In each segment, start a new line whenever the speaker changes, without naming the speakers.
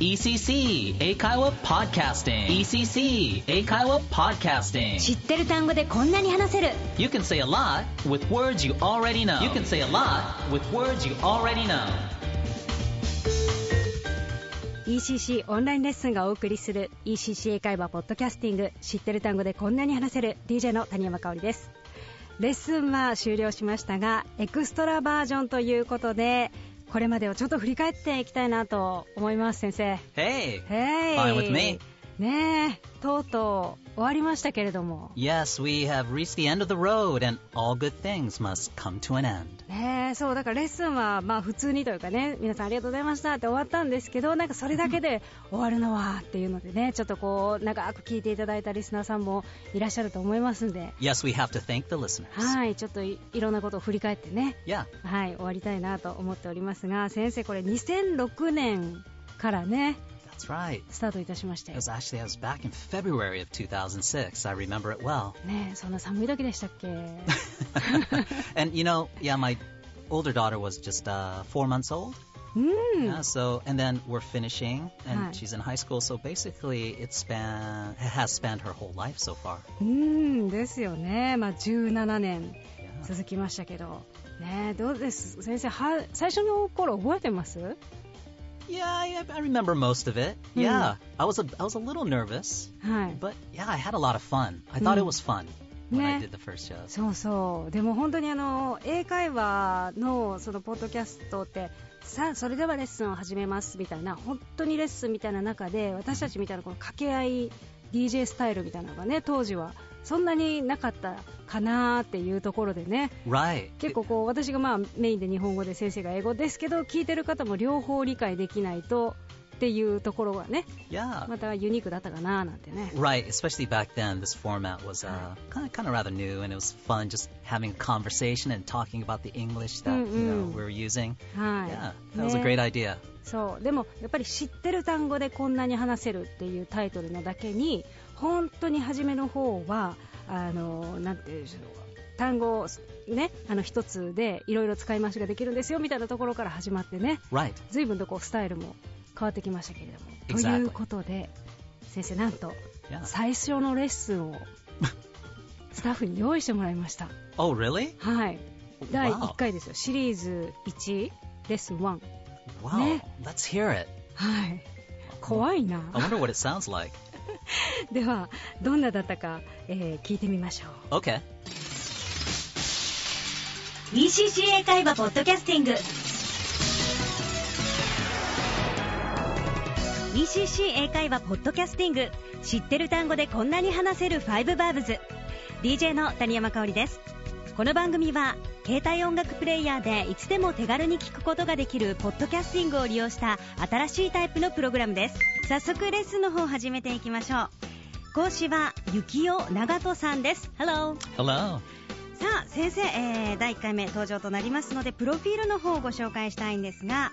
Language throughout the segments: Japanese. E ECC 英会話 Podcasting E ECC 英会話 Podcasting
知ってる単語でこんなに話せる
You can say a lot with words you already know You can say a lot with words you already know
ECC オンラインレッスンがお送りする ECC 英会話ポッドキャスティング知ってる単語でこんなに話せる DJ の谷山香織ですレッスンは終了しましたがエクストラバージョンということでこれまでをちょっと振り返っていきたいなと思います先生
Hey
へい
Fine with me
ねえとうとう終わりましたけれども
Yes, we have reached the end of the road and all good things must come to an end
ねえそうだからレッスンはまあ普通にというかね皆さんありがとうございましたって終わったんですけどなんかそれだけで終わるのはっていうのでねちょっとこう長く聞いていただいたリスナーさんもいらっしゃると思いますんで
Yes, we have to thank the listeners
はいちょっといいろんなことを振り返ってね
Yeah
はい終わりたいなと思っておりますが先生これ2006年からね
That's right
スタートいたしまして
It was actually, I was back in February of 2006 I remember it well
ねえそんな寒い時でしたっけ
and you know, yeah, my older daughter was just uh, four months old.
うん
Yeah, so, and then we're finishing, and
Hmm. Hi.
she's in high school. So basically, it span it has spanned her whole life so far.
うんですよねまあ17年
Yeah.
続きましたけど、ねえ、どうです先生は最初の頃覚えてます
Yeah, I, I remember most of it.
Hmm.
Yeah, I was a I was a little nervous,
はい。
but yeah, I had a lot of fun. I thought it
Hmm.
was fun when I
Yeah.
did the first show.
そうそう。でも本当にあの、英会話のそのポッドキャストって、さあ、それではレッスンを始めますみたいな、本当にレッスンみたいな中で、私たちみたいなこの掛け合い、DJ スタイルみたいなのがね、当時は、そんなになかったかなーっていうところでね、
Right.
結構こう私がまあメインで日本語で先生が英語ですけど聞いてる方も両方理解できないとっていうところがね
Yeah.
またユニークだったかななんてね
Right, especially back then, this format was uh,
Hi.
kind of kind of rather new, and it was fun just having a conversation and talking about the English that you know
Mm-mm.
we were using.
は
Yeah,
いね
that was a great idea.
そうでもやっぱり知ってる単語でこんなに話せるっていうタイトルのだけに本当に初めの方はあのなんて言うんでしょう単語をねあの一つでいろいろ使い回しができるんですよみたいなところから始まってね
Right.
随分とこうスタイルも変わってきましたけれども。
Exactly.
ということで先生なんと
Yeah.
最初のレッスンをスタッフに用意してもらいました
Oh, really?
はい第
Wow.
1回ですよシリーズ1レッスン1
Wow.
Yeah.
Let's hear it.
はい怖いな
I wonder what it sounds like.
ではどんなだったか、えー聞いてみましょ
Okay.
ECC 英会話ポッドキャスティング ECC 英会話ポッドキャスティング知ってる単語でこんなに話せる5バーブズ DJ の谷山香織ですこの番組は携帯音楽プレイヤーでいつでも手軽に聞くことができるポッドキャスティングを利用した新しいタイプのプログラムです早速レッスンの方を始めていきましょう講師は幸男長人さんです Hello
Hello.
さあ先生、えー第1回目登場となりますのでプロフィールの方をご紹介したいんですが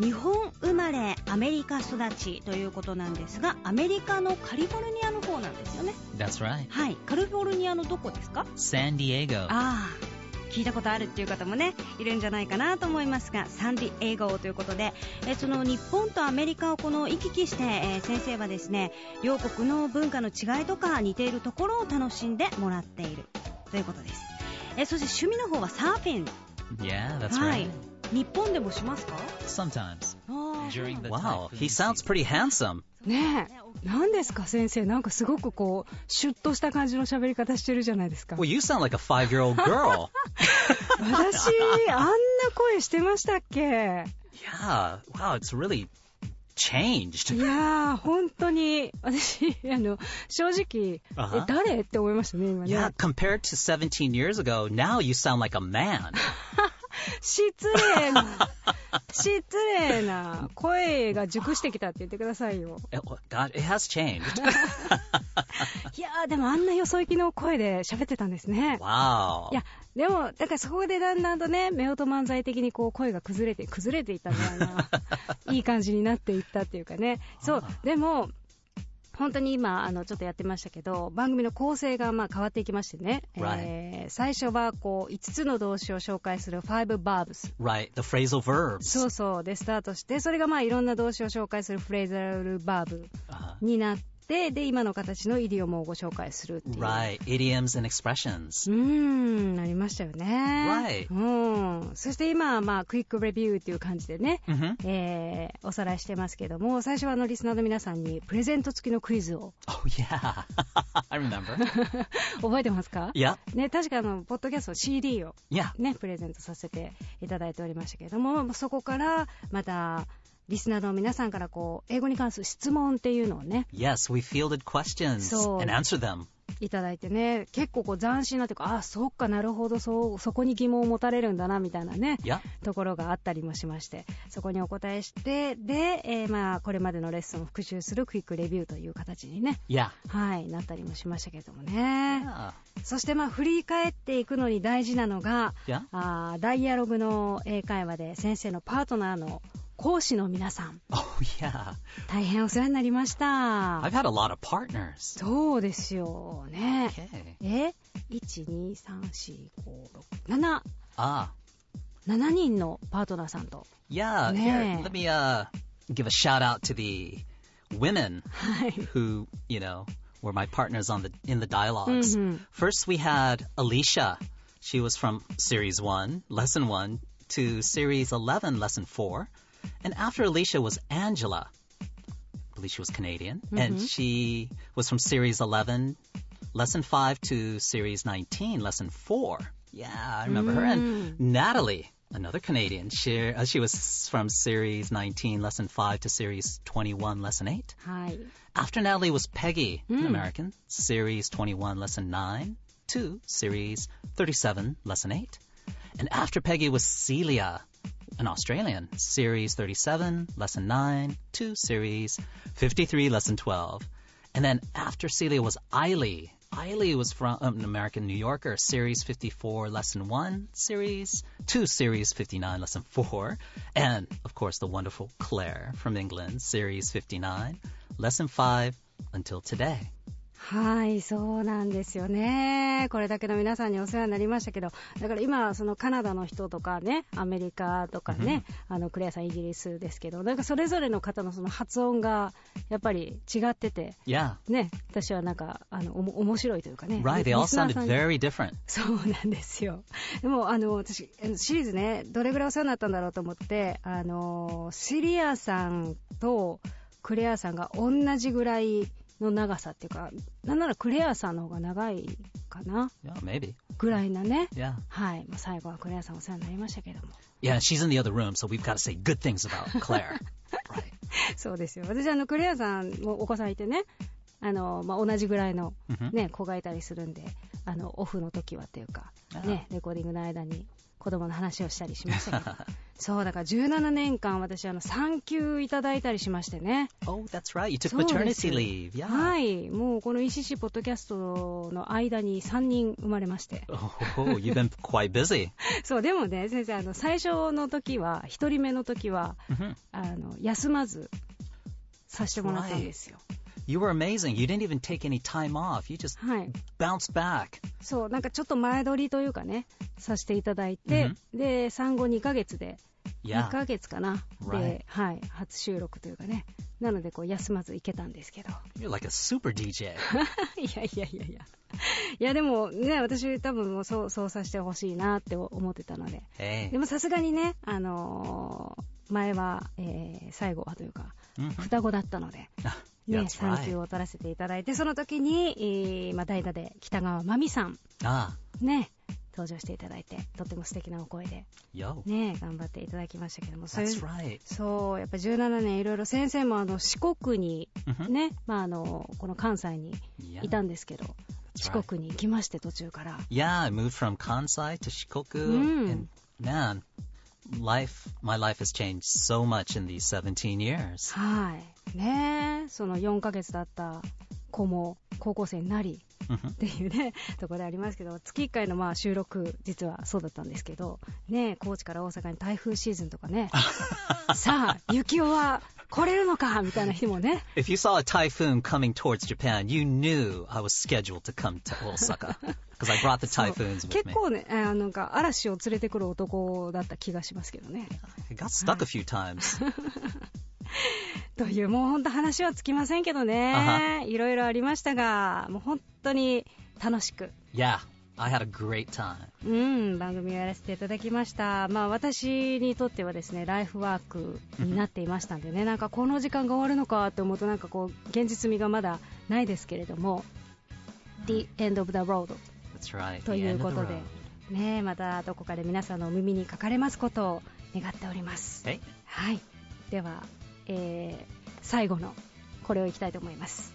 日本生まれアメリカ育ちということなんですがアメリカのカリフォルニアの方なんですよね
That's right.
はいカリフォルニアのどこですか
San Diego.
ああ聞いたことあるっていう方もねいるんじゃないかなと思いますがサンディエゴということでえーその日本とアメリカをこの行き来して、えー先生はですね両国の文化の違いとか似ているところを楽しんでもらっているということですえーそして趣味の方はサーフィン
Yeah, that's
は
right.
い日本でもしますか
Sometimes
あー
during the typhoon
Wow, he sounds
season.
pretty handsome.
うねえ何ですか先生なんかすごくこうシュッとした感じの喋り方してるじゃないですか
Well, you sound like a five year old girl.
私あんな声してましたっけ
yeah. Wow, it's really changed.
いやー、本当に、私、あの、正直、
あは
え誰って思いましたね、今ね。
Yeah, compared to 17 years ago, now you sound like a man.
失礼な、失礼な、声が熟してきたって言ってくださいよ。
It- God, it has changed.
いやー、でもあんなよそ行きの声で喋ってたんですね。
wow.
いや、でも、だからそこでだんだんとね、夫婦漫才的にこう声が崩れて、崩れていったみたいな、いい感じになっていったっていうかね。そう、でも、本当に今、あの、ちょっとやってましたけど、番組の構成がまあ変わっていきましてね、
Right.
えー最初はこう、5つの動詞を紹介する5 verbs。
Right, the phrasal verbs.
そうそうでスタートして、それがまあいろんな動詞を紹介するフレーザルバーブ
Uh,
になって、で、今の形のイディオムをご紹介するっていう。
right, idioms and expressions.
うーん、なりましたよね。
Right.
うん。そして今はまあ、クイックレビューっていう感じでね、
Mm-hmm.
えーおさらいしてますけども、最初はあの、リスナーの皆さんにプレゼント付きのクイズを
Oh, yeah. I remember.
覚えてますか
yep.
ね、確かあの、ポッドキャスト CD を
Yeah.
ね、プレゼントさせていただいておりましたけれども、そこから、また、リスナーの皆さんからこう、英語に関する質問っていうのをね、
Yes, we fielded questions
So-
and answered them.
いただいてね、結構こう斬新なというか、あ、そっかなるほど、そう、そこに疑問を持たれるんだな、みたいなね、
Yep.
ところがあったりもしまして、そこにお答えして、で、えーまあ、これまでのレッスンを復習するクイックレビューという形にね、
Yeah.
はい、なったりもしましたけれどもね。
Yeah.
そしてまあ、振り返っていくのに大事なのが、
Yeah.
あーダイアログの英会話で先生のパートナーの講師の皆さん、
Oh, yeah.
大変お世話になりました。
I've had a lot of partners.
そうですよね。
Okay.
え ?1,2,3,4,5,6,7
Ah.
7人のパートナーさんと。
Yeah.
Yeah.
Here, let me uh give a shout out to the women
はい。
who, you know, were my partners on the in the dialogs
Mhm.
First we had Alicia. She was from series 1, lesson 1 to series 11, lesson 4. And after Alicia was Angela. Alicia was Canadian and she was from series 11, lesson 5 to series 19, lesson 4. Yeah, I remember her and Natalie Another Canadian. She, uh, she was from series 19, lesson 5 to series 21, lesson 8.
はい。
After Natalie was Peggy, an American, Series 21, Lesson 9, to Series 37, Lesson 8. And after Peggy was Celia, an Australian, Series 37, Lesson 9, to Series 53, Lesson 12. And then after Celia was Eily. Eily was from um, an American New Yorker, Series 54, Lesson 1, Series 2, Series 59, Lesson 4. And, of course, the wonderful Claire from England, Series 59, Lesson 5, until today.
はい、そうなんですよね。これだけの皆さんにお世話になりましたけど、だから今、そのカナダの人とかね、アメリカとかね、あの、クレアさんイギリスですけど、なんかそれぞれの方のその発音が、やっぱり違ってて、
Yeah.
ね、私はなんか、あの、おも面白いというかね。
Right, they
リ
all
スナー
sounded
さんに
very different.
そうなんですよ。でも、あの、私、あのシリーズね、どれぐらいお世話になったんだろうと思って、あの、シリアさんとクレアさんが同じぐらいの長さっていうか、なんならクレアさんの方が長いかな
Yeah, maybe.
ぐらいなね。
Yeah.
はい。まあ、最後はクレアさんお世話になりましたけども。
Yeah, she's in the other room, so we've got to say good things about Claire. right.
そうですよ。私、あの、クレアさんもお子さんいてね、あの、まあ、同じぐらいの
Mhm.
ね、子がいたりするんで、あの、オフの時はっていうか、ね、レコーディングの間に子供の話をしたりしましたけ ど。そう、だから17年間私、あの、産休いただいたりしましてね。
Oh, that's right. You took
そうです
maternity leave. Yeah.
はい。もうこの ECC ポッドキャストの間に3人生まれま して。
Oh, you've been quite busy.
そう、でもね、先生、あの、最初の時は、1人目の時は、
Mhm.
あの、休まずさせてもらったんですよ。
You were amazing. You didn't even take any time off. You just
はい。
bounced back.
そう、なんかちょっと前撮りというかね、させていただいて、で、産後2ヶ月で、2
Yeah.
ヶ月かな。
Right.
で、はい、初収録というかね。なので、こう、休まず行けたんですけど。
You're like a super DJ.
いやいやいやいや。いや、でもね、私多分もうそう、そうさせてほしいなって思ってたので。で
Hey.
もさすがにね、あのー前は、えー最後はというか、
Mhm.
双子だったので、ね、
That's
産休
right.
を取らせていただいて、その時に、えーまあ、代打で北川真美さん、
Ah,
ね、登場していただいて、とっても素敵なお声で、
yo.
ね、頑張っていただきましたけども、それ
That's right.
そう、やっぱ17年いろいろ先生もあの四国に
Mhm.
ね、まああの、この関西に
Yeah.
いたんですけど、
That's
四
right.
国に行きまして途中から。
Yeah, I moved from Kansai to Shikoku,
Mm.
and man, life, my life has changed so much in these 17 years.
はい。ねえその4ヶ月だった子も高校生になり
Mhm.
っていうね、ところでありますけど、月1回のまあ収録、実はそうだったんですけど、ねえ高知から大阪に台風シーズンとかね、さあ、雪男は来れるのかみたいな日もね
If you saw a typhoon coming towards Japan, you knew I was scheduled to come to Osaka because I brought the
そ
typhoons
う
with
結
me.
構ねあのなんか嵐を連れてくる男だった気がしますけどね
I got stuck a few times.
というもう本当話はつきませんけど
あ
ねいろいろありましたがもう本当に楽しく
Yeah, I had a great time.
うん、番組をやらせていただきました、まあ、私にとってはですねライフワークになっていましたんでね、なんかこの時間が終わるのかと思うと、なんかこう、現実味がまだないですけれども、The End of the Road
That's right.
と
the
いう
end
こ
of the
とで
road.、
ねえ、またどこかで皆さんのお耳にかかれますことを願っております。
Hey,
はい、では、えー最後のこれをいきたいと思います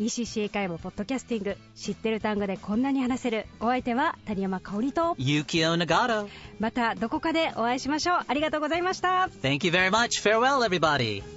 ECC 会話ポッドキャスティング知ってる単語でこんなに話せるお相手は谷山香織と
Yukio Nagato.
またどこかでお会いしましょうありがとうございました
Thank you very much. Farewell, everybody.